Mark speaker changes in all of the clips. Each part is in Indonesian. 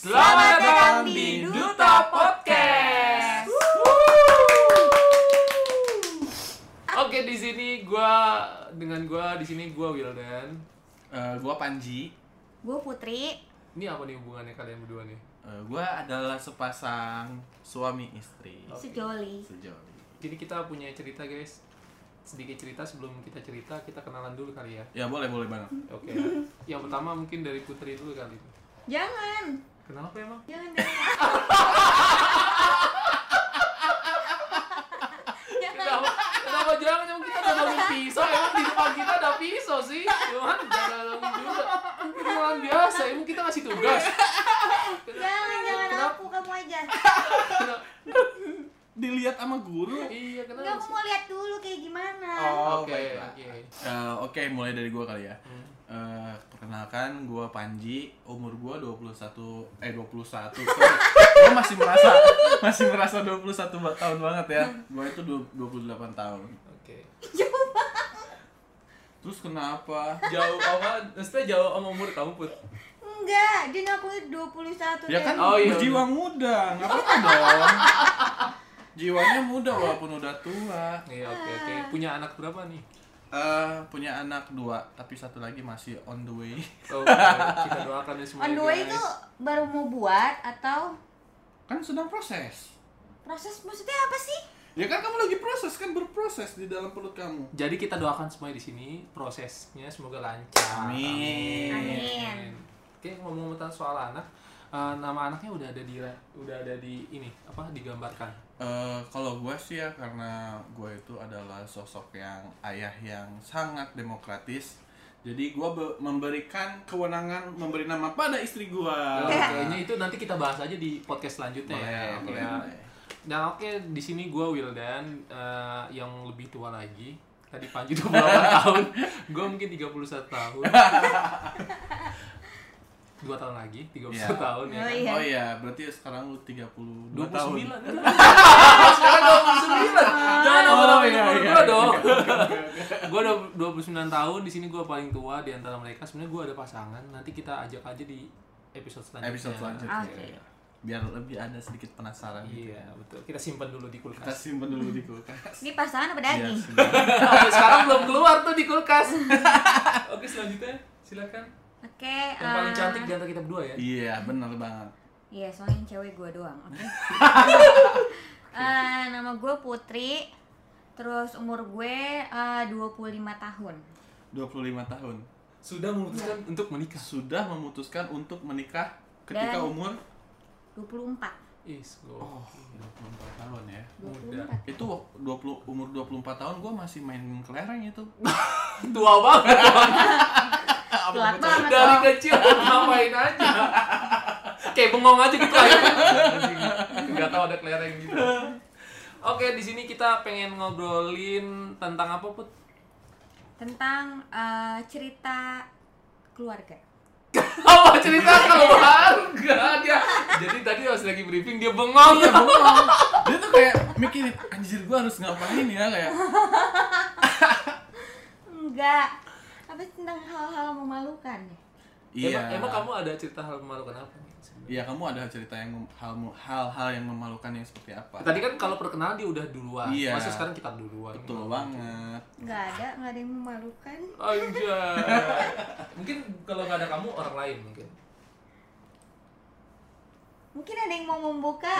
Speaker 1: Selamat datang di Duta Podcast. Wuh. Oke di sini gua dengan gua di sini gua Wildan.
Speaker 2: Eh, gua Panji,
Speaker 3: Gue Putri.
Speaker 1: Ini apa nih hubungannya kalian berdua nih?
Speaker 2: Eh, gua adalah sepasang suami istri
Speaker 1: Oke.
Speaker 3: Sejoli.
Speaker 2: sejauh ini.
Speaker 1: Jadi kita punya cerita guys. Sedikit cerita sebelum kita cerita kita kenalan dulu kali ya.
Speaker 2: Ya boleh boleh banget.
Speaker 1: Oke. Yang pertama mungkin dari Putri dulu kali.
Speaker 3: Jangan.
Speaker 1: Kenapa emang?
Speaker 3: Jangan jangan. jangan.
Speaker 1: Kenapa? Kenapa jangan emang kita udah ngomongin pisau? Emang di depan kita ada pisau sih? Cuman jangan ngomongin juga. Ini malah biasa. Emang kita ngasih tugas.
Speaker 3: Jangan, jangan
Speaker 1: Kenapa?
Speaker 3: aku, kamu aja.
Speaker 1: Kenapa?
Speaker 2: Dilihat sama guru.
Speaker 1: Iya
Speaker 3: Enggak,
Speaker 1: kenapa?
Speaker 3: aku
Speaker 1: sih?
Speaker 3: mau lihat dulu kayak gimana.
Speaker 2: Oh,
Speaker 1: Oke
Speaker 2: baiklah.
Speaker 1: oke.
Speaker 2: Eh, Oke, mulai dari gua kali ya.
Speaker 1: Hmm.
Speaker 2: Eh, perkenalkan gua Panji, umur gua 21 eh 21. Sorry. gua masih merasa masih merasa 21 ba- tahun banget ya. Gua itu du- 28 tahun.
Speaker 1: Oke.
Speaker 2: Terus kenapa?
Speaker 1: Jauh apa? Maksudnya jauh sama umur kamu put?
Speaker 3: Enggak, dia ngakuin 21
Speaker 2: Ya kan
Speaker 1: Oh, iya,
Speaker 2: jiwa muda, nggak apa-apa dong. Jiwanya muda walaupun udah tua.
Speaker 1: Iya oke oke.
Speaker 3: Ah.
Speaker 1: Punya anak berapa nih?
Speaker 2: Eh, punya anak dua, tapi satu lagi masih on the way.
Speaker 1: Oh, kita doakan ya semua.
Speaker 3: On the way itu baru mau buat atau
Speaker 2: Kan sedang proses.
Speaker 3: proses maksudnya apa sih?
Speaker 2: Ya kan kamu lagi proses kan berproses di dalam perut kamu.
Speaker 1: Jadi kita doakan semua di sini prosesnya semoga lancar.
Speaker 2: Amin.
Speaker 3: Amin.
Speaker 1: Oke ngomong tentang soal anak, eh, nama anaknya udah ada di udah ada di ini apa digambarkan.
Speaker 2: Eh, kalau gue sih ya karena gue itu adalah sosok yang ayah yang sangat demokratis. Jadi gue memberikan kewenangan memberi nama pada istri gue.
Speaker 1: Oh, Kayaknya itu nanti kita bahas aja di podcast selanjutnya ya.
Speaker 2: Boleh, boleh,
Speaker 1: Ya.
Speaker 2: boleh.
Speaker 1: Nah oke di sini gue Wildan eh, yang lebih tua lagi. Tadi Panji 28 tahun, gue mungkin 31 tahun. Dua tahun lagi, 31
Speaker 2: Iya.
Speaker 1: tahun ya.
Speaker 3: Oh,
Speaker 1: kan?
Speaker 3: Iya.
Speaker 2: Oh iya, berarti sekarang lu 32
Speaker 1: 29
Speaker 2: tahun.
Speaker 1: kan? Sekarang 29. Jangan
Speaker 2: Oh,
Speaker 1: nama-nama
Speaker 2: iya,
Speaker 1: umur
Speaker 2: iya,
Speaker 1: gua
Speaker 2: iya.
Speaker 1: dong. Gue udah 29 tahun, di sini gue paling tua di antara mereka. Sebenarnya gue ada pasangan, nanti kita ajak aja di episode selanjutnya.
Speaker 2: Episode selanjutnya. Iya.
Speaker 3: Oke.
Speaker 2: Biar lebih ada sedikit penasaran gitu.
Speaker 1: Iya, betul. Kita simpan dulu di kulkas.
Speaker 2: Kita simpen dulu di kulkas. Iya,
Speaker 3: Ini pasangan apa
Speaker 2: Biar
Speaker 3: daging?
Speaker 1: Iya
Speaker 2: sedikit.
Speaker 1: sekarang belum keluar tuh di kulkas. Oke selanjutnya silakan
Speaker 3: Oke.
Speaker 1: yang paling
Speaker 3: eh,
Speaker 1: cantik di antara kita berdua ya.
Speaker 2: Iya, benar banget.
Speaker 3: Iya, soalnya yang cewek gue doang. Oke. Eh, nama gue Putri. Terus umur gue eh, 25 tahun.
Speaker 2: 25 tahun.
Speaker 1: Sudah memutuskan untuk menikah.
Speaker 2: Sudah memutuskan untuk menikah ketika
Speaker 3: Dan-
Speaker 2: umur
Speaker 3: 24.
Speaker 1: Is go.
Speaker 2: oh, 24 tahun ya.
Speaker 3: Nah.
Speaker 1: Muda.
Speaker 3: 24.
Speaker 2: Itu wak- 20 umur 24 tahun gua masih main kelereng itu.
Speaker 3: Iya,
Speaker 1: Tua banget.
Speaker 2: Ah,
Speaker 3: Telat banget
Speaker 1: Dari
Speaker 3: dong.
Speaker 1: kecil ngapain aja. Kayak bengong aja gitu aja. Gak tau ada kelereng gitu. Oke, di sini kita pengen ngobrolin tentang apa put?
Speaker 3: Tentang eh, cerita keluarga.
Speaker 1: Oh, cerita keluarga dia. Jadi tadi pas lagi briefing dia bengong.
Speaker 2: Iya, Dia tuh kayak mikirin anjir gua harus ngapain ya kayak
Speaker 3: Enggak. Tapi tentang hal-hal memalukan ya.
Speaker 2: iya.
Speaker 1: Emang, emang kamu ada cerita hal memalukan apa nih? sebenarnya?
Speaker 2: Iya, kamu ada cerita yang mem- hal hal-hal yang memalukan yang seperti apa?
Speaker 1: Tadi kan kalau perkenalan dia udah duluan.
Speaker 2: Iya.
Speaker 1: Masa sekarang kita duluan.
Speaker 2: Betul banget.
Speaker 3: Enggak ada, enggak ada yang memalukan.
Speaker 1: Anjay. mungkin kalau nggak ada kamu orang lain mungkin.
Speaker 3: Mungkin ada yang mau membuka.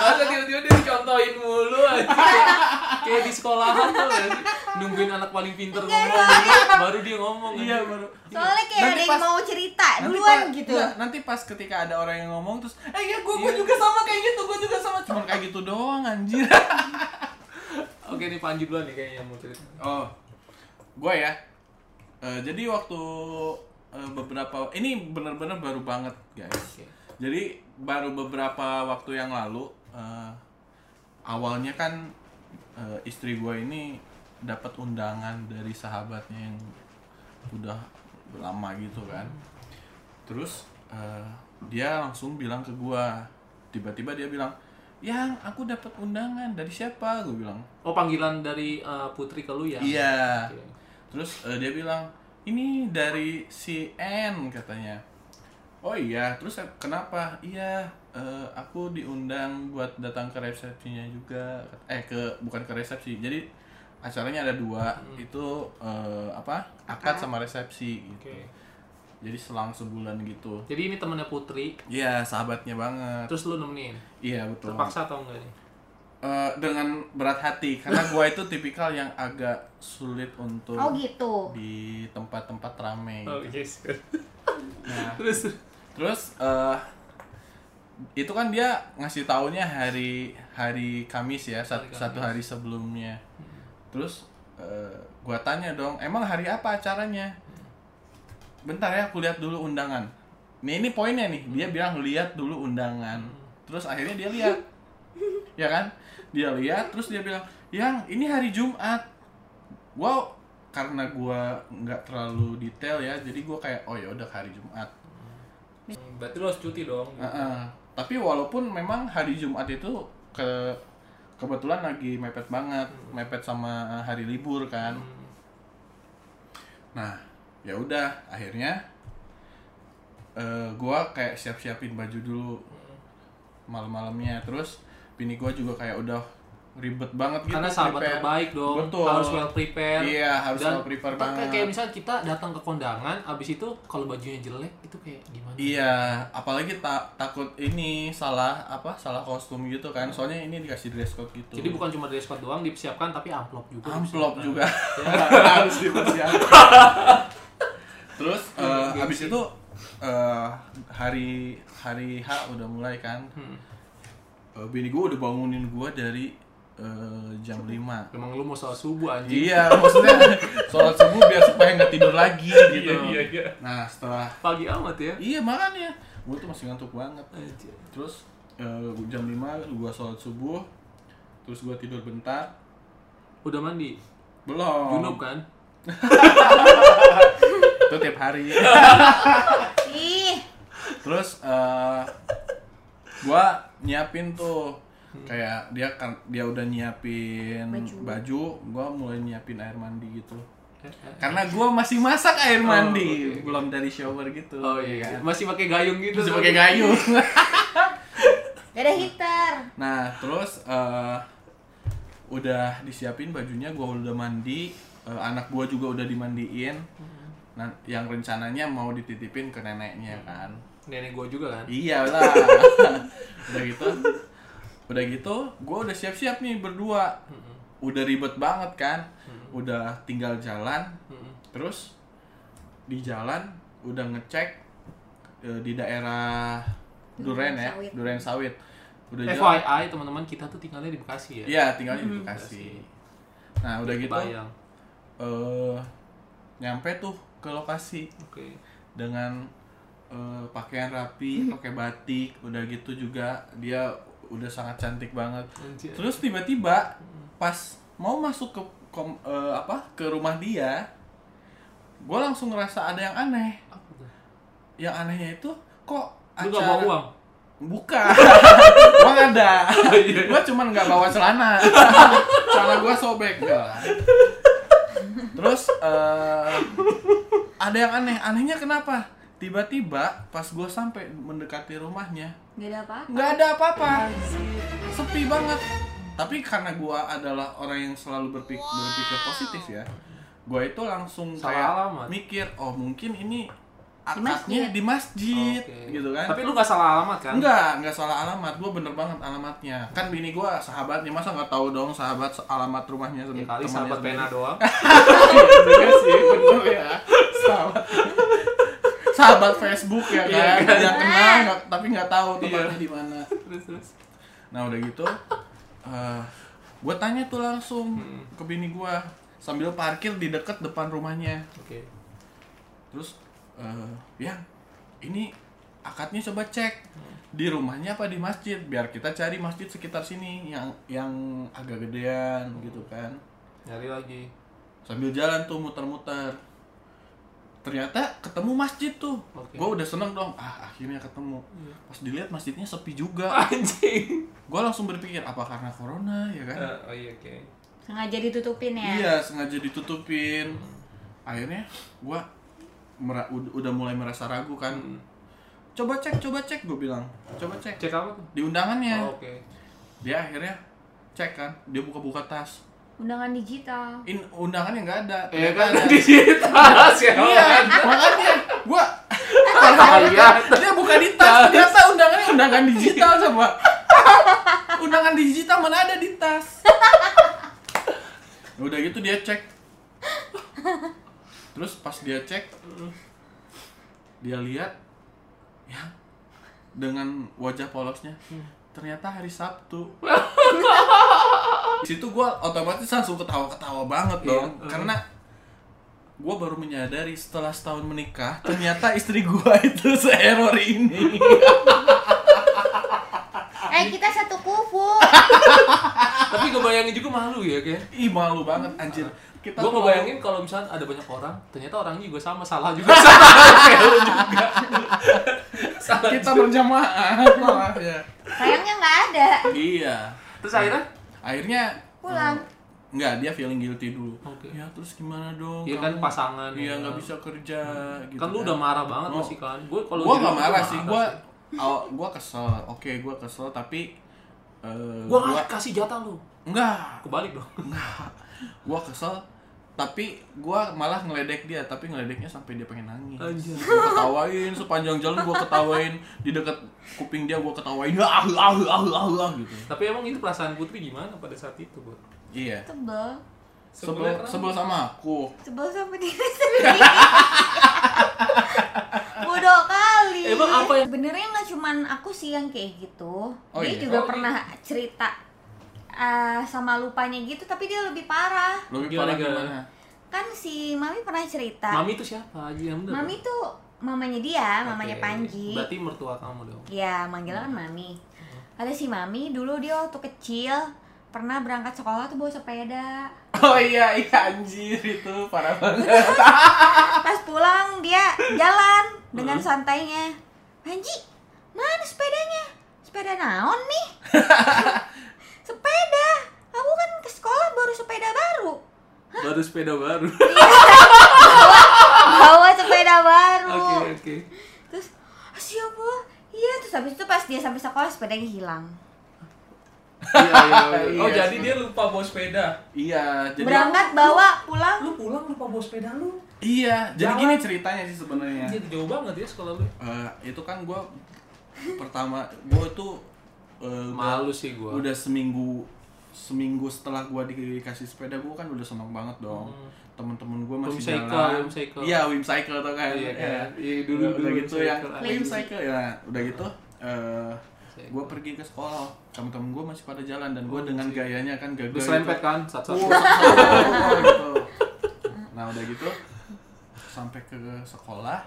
Speaker 1: Masa tiba-tiba dia dicontohin mulu aja. Kayak di sekolahan tuh sih. Nungguin anak paling pinter
Speaker 3: Enggak,
Speaker 1: ngomong. Baru dia ngomong. anjing.
Speaker 2: Iya, baru.
Speaker 3: Soalnya kayak
Speaker 2: Nanti
Speaker 3: ada yang
Speaker 2: pas-
Speaker 3: mau cerita
Speaker 2: Nanti
Speaker 3: duluan
Speaker 2: pas-
Speaker 3: gitu.
Speaker 2: iya, nanti pas ketika ada orang yang ngomong terus, eh ya gue
Speaker 1: Iya.
Speaker 2: juga sama kayak gitu, gue juga sama. Cuman kayak gitu doang anjir.
Speaker 1: Oke nih Panji duluan nih kayaknya mau cerita.
Speaker 2: Oh, gue ya. Eh, jadi waktu eh, beberapa ini bener-bener baru banget guys.
Speaker 1: Oke.
Speaker 2: Jadi baru beberapa waktu yang lalu eh, awalnya kan eh, istri gue ini dapat undangan dari sahabatnya yang udah lama gitu kan. Terus eh, dia langsung bilang ke gue, tiba-tiba dia bilang, "Yang aku dapat undangan dari siapa?" Gue bilang,
Speaker 1: Oh panggilan dari eh, Putri ke lu ya?
Speaker 2: Iya.
Speaker 1: Oke.
Speaker 2: Terus eh, dia bilang, ini dari si N katanya. Oh iya, terus ap- kenapa? Iya, eh, aku diundang buat datang ke resepsinya juga. Eh ke bukan ke resepsi. Jadi acaranya ada dua, itu eh, apa? Akad sama resepsi gitu.
Speaker 1: Oke.
Speaker 2: Jadi selang sebulan gitu.
Speaker 1: Jadi ini temennya Putri,
Speaker 2: Iya, sahabatnya banget.
Speaker 1: terus lu nemenin.
Speaker 2: Iya, betul.
Speaker 1: Terpaksa atau enggak nih?
Speaker 2: Eh, dengan berat hati karena gua itu tipikal yang agak sulit untuk
Speaker 3: Oh gitu.
Speaker 2: di tempat-tempat gitu. ramai.
Speaker 1: Oh yes.
Speaker 2: Nah,
Speaker 1: terus
Speaker 2: Terus eh itu kan dia ngasih taunya hari hari Kamis ya, satu,
Speaker 1: Hari Kamis. Hmm.
Speaker 2: satu hari sebelumnya. Terus eh, gua tanya dong, emang hari apa acaranya? Bentar ya, aku lihat dulu undangan. Nih ini poinnya nih, dia
Speaker 1: Hmm.
Speaker 2: bilang lihat dulu undangan. Terus akhirnya dia lihat. ya kan? Dia lihat terus dia bilang, "Yang, ini hari Jumat." Wow, karena gua nggak terlalu detail ya, jadi gua kayak, "Oh ya udah hari Jumat."
Speaker 1: Hmm, berarti lu harus cuti dong.
Speaker 2: Heeh. Tapi walaupun memang hari Jumat itu ke kebetulan lagi mepet banget, mepet sama hari libur kan.
Speaker 1: Hmm.
Speaker 2: Nah, ya udah akhirnya eh, gua kayak siap-siapin baju dulu malam-malamnya terus bini gua juga kayak udah ribet banget gitu
Speaker 1: Karena sahabat
Speaker 2: prepare.
Speaker 1: terbaik dong,
Speaker 2: Betul.
Speaker 1: harus well prepare.
Speaker 2: Iya, harus
Speaker 1: Dan
Speaker 2: well prepare
Speaker 1: kita-
Speaker 2: banget.
Speaker 1: Kayak misalnya kita datang ke kondangan, abis itu kalau bajunya jelek itu kayak gimana?
Speaker 2: Iya, apalagi tak takut ini salah apa salah kostum gitu kan. Soalnya ini dikasih dress code gitu.
Speaker 1: Jadi bukan cuma dress code doang disiapkan, tapi amplop juga.
Speaker 2: amplop
Speaker 1: disiapkan.
Speaker 2: juga harus dipersiapkan terus eh,
Speaker 1: Gengsi.
Speaker 2: habis itu eh, hari hari H udah mulai kan
Speaker 1: Hmm.
Speaker 2: Eh, bini gue udah bangunin gue dari eh, jam 5
Speaker 1: Emang lu mau soal subuh anjing?
Speaker 2: iya maksudnya sholat subuh biar supaya nggak tidur lagi gitu
Speaker 1: Iya, iya, iya.
Speaker 2: nah setelah
Speaker 1: Pagi amat ya.
Speaker 2: iya makanya gue tuh masih ngantuk banget
Speaker 1: Anjir.
Speaker 2: terus eh, jam 5 gue sholat subuh terus gue tidur bentar
Speaker 1: Udah mandi?
Speaker 2: belum
Speaker 1: Junub kan?
Speaker 2: itu tiap hari
Speaker 3: Ih,
Speaker 2: terus eh gua nyiapin tuh kayak dia kan dia udah nyiapin
Speaker 3: Baju.
Speaker 2: baju. gua mulai nyiapin air mandi gitu
Speaker 1: Eh, eh.
Speaker 2: karena gua masih masak
Speaker 1: Oh,
Speaker 2: air mandi
Speaker 1: oke.
Speaker 2: belum dari shower gitu
Speaker 1: Oh iya, masih pakai gayung gitu.
Speaker 2: masih pakai gayung
Speaker 3: gak ada heater.
Speaker 2: nah terus eh udah disiapin bajunya gua udah mandi eh, anak gua juga udah dimandiin nah yang rencananya mau dititipin ke neneknya kan
Speaker 1: Nenek gua juga
Speaker 2: Iya.
Speaker 1: kan.
Speaker 2: Iyalah. udah gitu. Udah gitu, gue udah siap-siap nih berdua. Udah ribet banget kan. Udah tinggal jalan. Terus di jalan udah ngecek eh, di daerah Duren
Speaker 3: Duren
Speaker 2: ya,
Speaker 3: sawit.
Speaker 2: Duren sawit.
Speaker 1: Eh,
Speaker 2: Udah jalan.
Speaker 1: FYI teman-teman kita tuh tinggalnya di Bekasi ya.
Speaker 2: Iya, tinggalnya di Bekasi. Nah, udah gitu
Speaker 1: Bayang.
Speaker 2: eh nyampe tuh ke lokasi
Speaker 1: Oke.
Speaker 2: dengan eh, pakaian rapi, pakai batik, udah gitu juga dia udah sangat cantik banget.
Speaker 1: Anjir.
Speaker 2: Terus tiba-tiba pas mau masuk ke kom- eh, apa ke rumah dia, gue langsung ngerasa ada yang aneh.
Speaker 1: Apa tuh?
Speaker 2: Yang anehnya itu kok
Speaker 1: Lu gak bawa uang?
Speaker 2: Bukan. Uang ada. Gua cuman nggak bawa celana. celana gua sobek Nggak lah. Terus eh, ada yang aneh. Anehnya kenapa? Tiba-tiba pas gua sampai mendekati rumahnya,
Speaker 3: Gak ada apa?
Speaker 2: nggak ada apa-apa. Sepi banget. Tapi karena gua adalah orang yang selalu berpik- berpikir positif ya. Gua itu langsung
Speaker 1: Salah
Speaker 2: kayak
Speaker 1: alamat.
Speaker 2: mikir, oh mungkin ini
Speaker 3: masjid.
Speaker 2: akadnya di masjid,
Speaker 1: Oke.
Speaker 2: gitu kan.
Speaker 1: Tapi lu gak salah alamat kan?
Speaker 2: Enggak, enggak salah alamat. Gue bener banget alamatnya. Kan bini gue sahabatnya, masa nggak tahu dong sahabat se- alamat rumahnya
Speaker 1: Ya
Speaker 2: sendiri.
Speaker 1: kali sahabat pena doang.
Speaker 2: Iya sih, bener ya. Sahabat. sahabat Facebook ya
Speaker 1: Iya,
Speaker 2: kan.
Speaker 1: kan?
Speaker 2: Yang kenal nggak- tapi nggak tahu tempatnya
Speaker 1: Iya.
Speaker 2: di mana.
Speaker 1: terus terus.
Speaker 2: Nah, udah gitu eh gue tanya tuh langsung
Speaker 1: Hmm.
Speaker 2: ke bini gue sambil parkir di deket depan rumahnya.
Speaker 1: Oke.
Speaker 2: Terus eh yang ini akadnya coba cek di rumahnya apa di masjid biar kita cari masjid sekitar sini yang yang agak gedean gitu kan.
Speaker 1: Nyari lagi.
Speaker 2: Sambil jalan tuh muter-muter. Ternyata ketemu masjid tuh.
Speaker 1: Oke.
Speaker 2: Gue udah seneng dong. Ah, akhirnya ketemu. Pas dilihat masjidnya sepi juga.
Speaker 1: Anjing.
Speaker 2: Gue langsung berpikir apa karena corona ya kan?
Speaker 1: oh iya oke.
Speaker 3: Sengaja ditutupin ya?
Speaker 2: Iya, sengaja ditutupin. Akhirnya gua mera- ud- udah mulai merasa ragu kan. Coba coba cek coba cek gue bilang coba cek
Speaker 1: Hmm. Cek apa tuh?
Speaker 2: di undangannya
Speaker 1: Oh, Oke.
Speaker 2: dia akhirnya cek kan dia buka-buka tas
Speaker 3: Undangan digital.
Speaker 2: In, undangannya nggak ada
Speaker 1: Eh
Speaker 2: Ternyata
Speaker 1: kan Oh,
Speaker 2: ada.
Speaker 1: digital siapa?
Speaker 2: iya makanya gua
Speaker 1: Kalian.
Speaker 2: dia buka di tas ternyata undangannya undangan digital coba undangan digital mana ada di tas udah gitu dia cek terus pas dia cek dia lihat ya dengan wajah polosnya
Speaker 1: Hmm.
Speaker 2: ternyata hari Sabtu Di situ gua otomatis langsung ketawa-ketawa banget
Speaker 1: Iya,
Speaker 2: dong
Speaker 1: eh.
Speaker 2: karena gua baru menyadari setelah setahun menikah ternyata istri gua itu seerror ini
Speaker 3: Eh kita satu kubu.
Speaker 1: Tapi gue bayangin juga malu ya kayak.
Speaker 2: ih malu banget anjir kita
Speaker 1: Gue
Speaker 2: tuh-
Speaker 1: Uh-huh. ngebayangin kalau misalnya ada banyak orang, ternyata orangnya juga sama salah juga sama kayak lu juga. salah.
Speaker 2: kita berjamaah malah ya
Speaker 3: Sayangnya nggak ada.
Speaker 2: iya
Speaker 1: Terus akhirnya
Speaker 2: akhirnya
Speaker 3: Pulang.
Speaker 2: eh, nggak dia feeling guilty dulu
Speaker 1: Oke.
Speaker 2: ya terus gimana dong
Speaker 1: Iya kan
Speaker 2: kamu-
Speaker 1: pasangan. ya.
Speaker 2: iya nggak bisa kerja gitu
Speaker 1: Kan lu udah marah banget
Speaker 2: Oh.
Speaker 1: masih kan. Gue kalau
Speaker 2: gue
Speaker 1: jadi
Speaker 2: gak
Speaker 1: lu
Speaker 2: marah
Speaker 1: tuh
Speaker 2: sih gue aw- gue kesel oke gue kesel tapi eh
Speaker 1: Gue
Speaker 2: gua-
Speaker 1: kasih jatah lu.
Speaker 2: enggak
Speaker 1: Kebalik dong.
Speaker 2: gue kesel tapi gue malah ngeledek dia tapi ngeledeknya sampai dia pengen nangis
Speaker 1: Anjir.
Speaker 2: gue ketawain sepanjang jalan gue ketawain di dekat kuping dia gue ketawain ah ah ah ah ah gitu
Speaker 1: Tapi emang itu perasaan Putri gimana pada saat itu, Bu?
Speaker 3: Nah.
Speaker 1: Oh.
Speaker 2: iya
Speaker 3: Tebel.
Speaker 2: sebel
Speaker 1: Sebelnya
Speaker 2: sebel sama aku
Speaker 3: Sebel sama diri sendiri. Bodoh kali.
Speaker 1: Emang apa yang-
Speaker 3: Sebenarnya nggak cuman aku sih yang kayak gitu.
Speaker 2: Oh
Speaker 3: dia
Speaker 2: iya?
Speaker 3: juga
Speaker 1: Oh, iya.
Speaker 3: pernah cerita eh, sama lupanya gitu, tapi dia lebih parah.
Speaker 2: lebih
Speaker 1: Gimana,
Speaker 2: parah
Speaker 1: gimana?
Speaker 2: gimana
Speaker 3: Kan si mami pernah cerita.
Speaker 1: Mami itu siapa? Aji yang bener.
Speaker 3: Mami tuh mamanya dia, mamanya
Speaker 1: Oke.
Speaker 3: Panji.
Speaker 1: Berarti mertua kamu dong.
Speaker 3: Ya, manggilnya kan Mami. Ada si Mami dulu dia waktu kecil pernah berangkat sekolah tuh bawa sepeda.
Speaker 2: oh iya iya anjir itu parah banget
Speaker 3: Pas pulang dia jalan dengan santainya. Panji, mana sepedanya? Sepeda naon nih? sepeda. Aku kan ke sekolah baru sepeda baru.
Speaker 1: Baru sepeda baru.
Speaker 3: Bawa sepeda baru.
Speaker 1: Oke, oke.
Speaker 3: Terus "Ah, siapa? Iya, terus habis itu pas dia sampai sekolah sepedanya hilang.
Speaker 1: Iya, iya, iya. Oh,
Speaker 2: Iya,
Speaker 1: jadi
Speaker 2: sih.
Speaker 1: dia lupa bawa sepeda.
Speaker 2: iya jadi
Speaker 3: Berangkat bawa pulang
Speaker 1: Lu pulang lupa bawa sepeda lu.
Speaker 2: Iya, jadi
Speaker 1: Jalan.
Speaker 2: gini ceritanya sih sebenarnya.
Speaker 1: Jadi jauh banget ya sekolah lu.
Speaker 2: Eh, itu kan gua pertama gua itu eh, udah-
Speaker 1: Malu sih gua.
Speaker 2: udah seminggu seminggu setelah gua dikasih sepeda gua kan udah senang banget dong.
Speaker 1: Hmm.
Speaker 2: Temen-temen gua
Speaker 1: Wim
Speaker 2: masih
Speaker 1: Cycle,
Speaker 2: jalan.
Speaker 1: Wim Cycle.
Speaker 2: Iya, Wim Cycle tuh kan.
Speaker 1: Iya,
Speaker 2: Ya.
Speaker 1: kan? Iya, dulu-
Speaker 2: Udah- udah
Speaker 1: dulu
Speaker 2: gitu
Speaker 1: Wim
Speaker 2: yang
Speaker 1: Cycle.
Speaker 2: Wim
Speaker 3: Lensi.
Speaker 2: Cycle ya. Udah gitu eh
Speaker 1: Cycle. Oh,
Speaker 2: gua pergi ke sekolah. Temen-temen gua masih pada jalan dan gua dengan gayanya kan gagal.
Speaker 1: Lu
Speaker 2: gitu.
Speaker 1: serempet kan satu-satu.
Speaker 2: Gitu. nah udah gitu sampai ke sekolah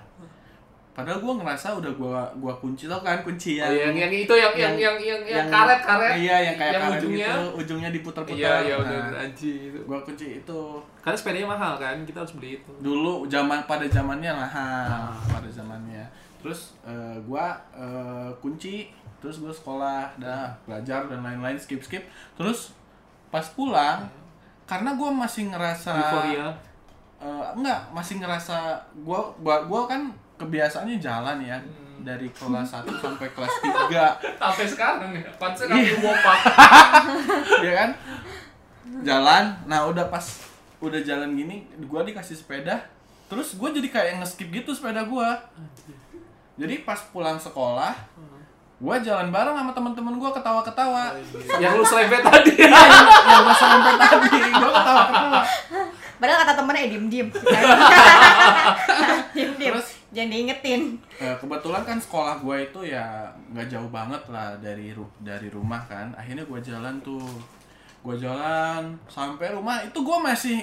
Speaker 2: padahal gue ngerasa udah gua gua kunci tau kan kunci
Speaker 1: Oh,
Speaker 2: yang
Speaker 1: yang yang itu yang yang yang yang yang Ah, karet-karet.
Speaker 2: iya yang kayak karet
Speaker 1: ujungnya.
Speaker 2: gitu ujungnya diputar-putar
Speaker 1: Iya, iya udah
Speaker 2: Nah,
Speaker 1: anjing itu.
Speaker 2: gua kunci itu
Speaker 1: Karena sepedanya mahal kan, kita harus beli itu.
Speaker 2: dulu zaman pada zamannya lah ha,
Speaker 1: Ah.
Speaker 2: pada zamannya terus eh, gua eh, kunci terus gua sekolah dah belajar dan lain-lain skip skip terus pas pulang karena gua
Speaker 1: Ah.
Speaker 2: masih ngerasa
Speaker 1: Hmm. Euforia.
Speaker 2: Eh, enggak masih ngerasa gua gua, gua kan kebiasaannya jalan ya dari kelas 1 sampai kelas 3
Speaker 1: Sampai sekarang ya, pantes kaki wopak.
Speaker 2: ya kan jalan nah udah pas udah jalan gini gua dikasih sepeda terus gua jadi kayak ngeskip gitu sepeda gua jadi pas pulang sekolah gua jalan bareng sama teman-teman gua ketawa-ketawa
Speaker 1: yang lu selempet tadi.
Speaker 2: yang masa lempar tadi gua ketawa-ketawa
Speaker 3: Padahal kata temennya eh, diem diem. diem diem.
Speaker 2: Terus?
Speaker 3: Jangan diingetin.
Speaker 2: Eh, kebetulan kan sekolah gua itu ya nggak jauh banget lah dari ru- dari rumah kan akhirnya gua jalan tuh gua jalan sampai rumah itu gua masih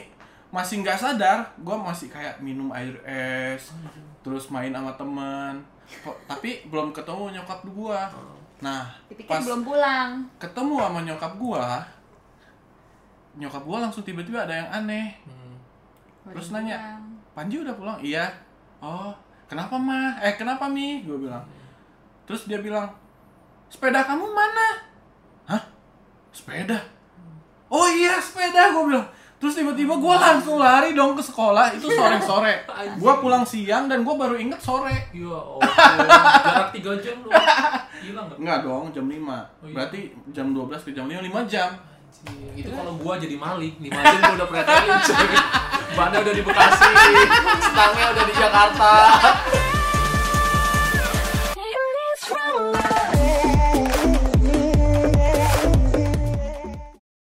Speaker 2: masih nggak sadar gua masih kayak minum air es terus main sama teman Kok- tapi belum ketemu nyokap gua nah
Speaker 3: Dipikir
Speaker 2: pas
Speaker 3: belum pulang.
Speaker 2: ketemu sama nyokap gua nyokap gua langsung tiba-tiba ada yang aneh
Speaker 1: Hmm.
Speaker 2: Terus
Speaker 3: Belum
Speaker 2: nanya.
Speaker 3: pulang.
Speaker 2: Panji udah pulang? Iya. Oh, kenapa mah? Eh, kenapa mi? Gue bilang. Terus dia bilang, sepeda kamu mana? Hah? Sepeda? Oh iya, sepeda. Gue bilang. Terus tiba-tiba gue langsung lari dong ke sekolah itu sore-sore. Gue pulang siang dan gue baru inget sore.
Speaker 1: Ya Allah, jarak 3 jam lu hilang gak?
Speaker 2: Enggak dong, jam 5.
Speaker 1: iya.
Speaker 2: Berarti jam 12 ke jam 5, 5 jam.
Speaker 1: Anjing, Itu kalau gua jadi Malik, nih Malik gua udah perhatiin cuy. Bannya udah di Bekasi, stangnya udah di Jakarta,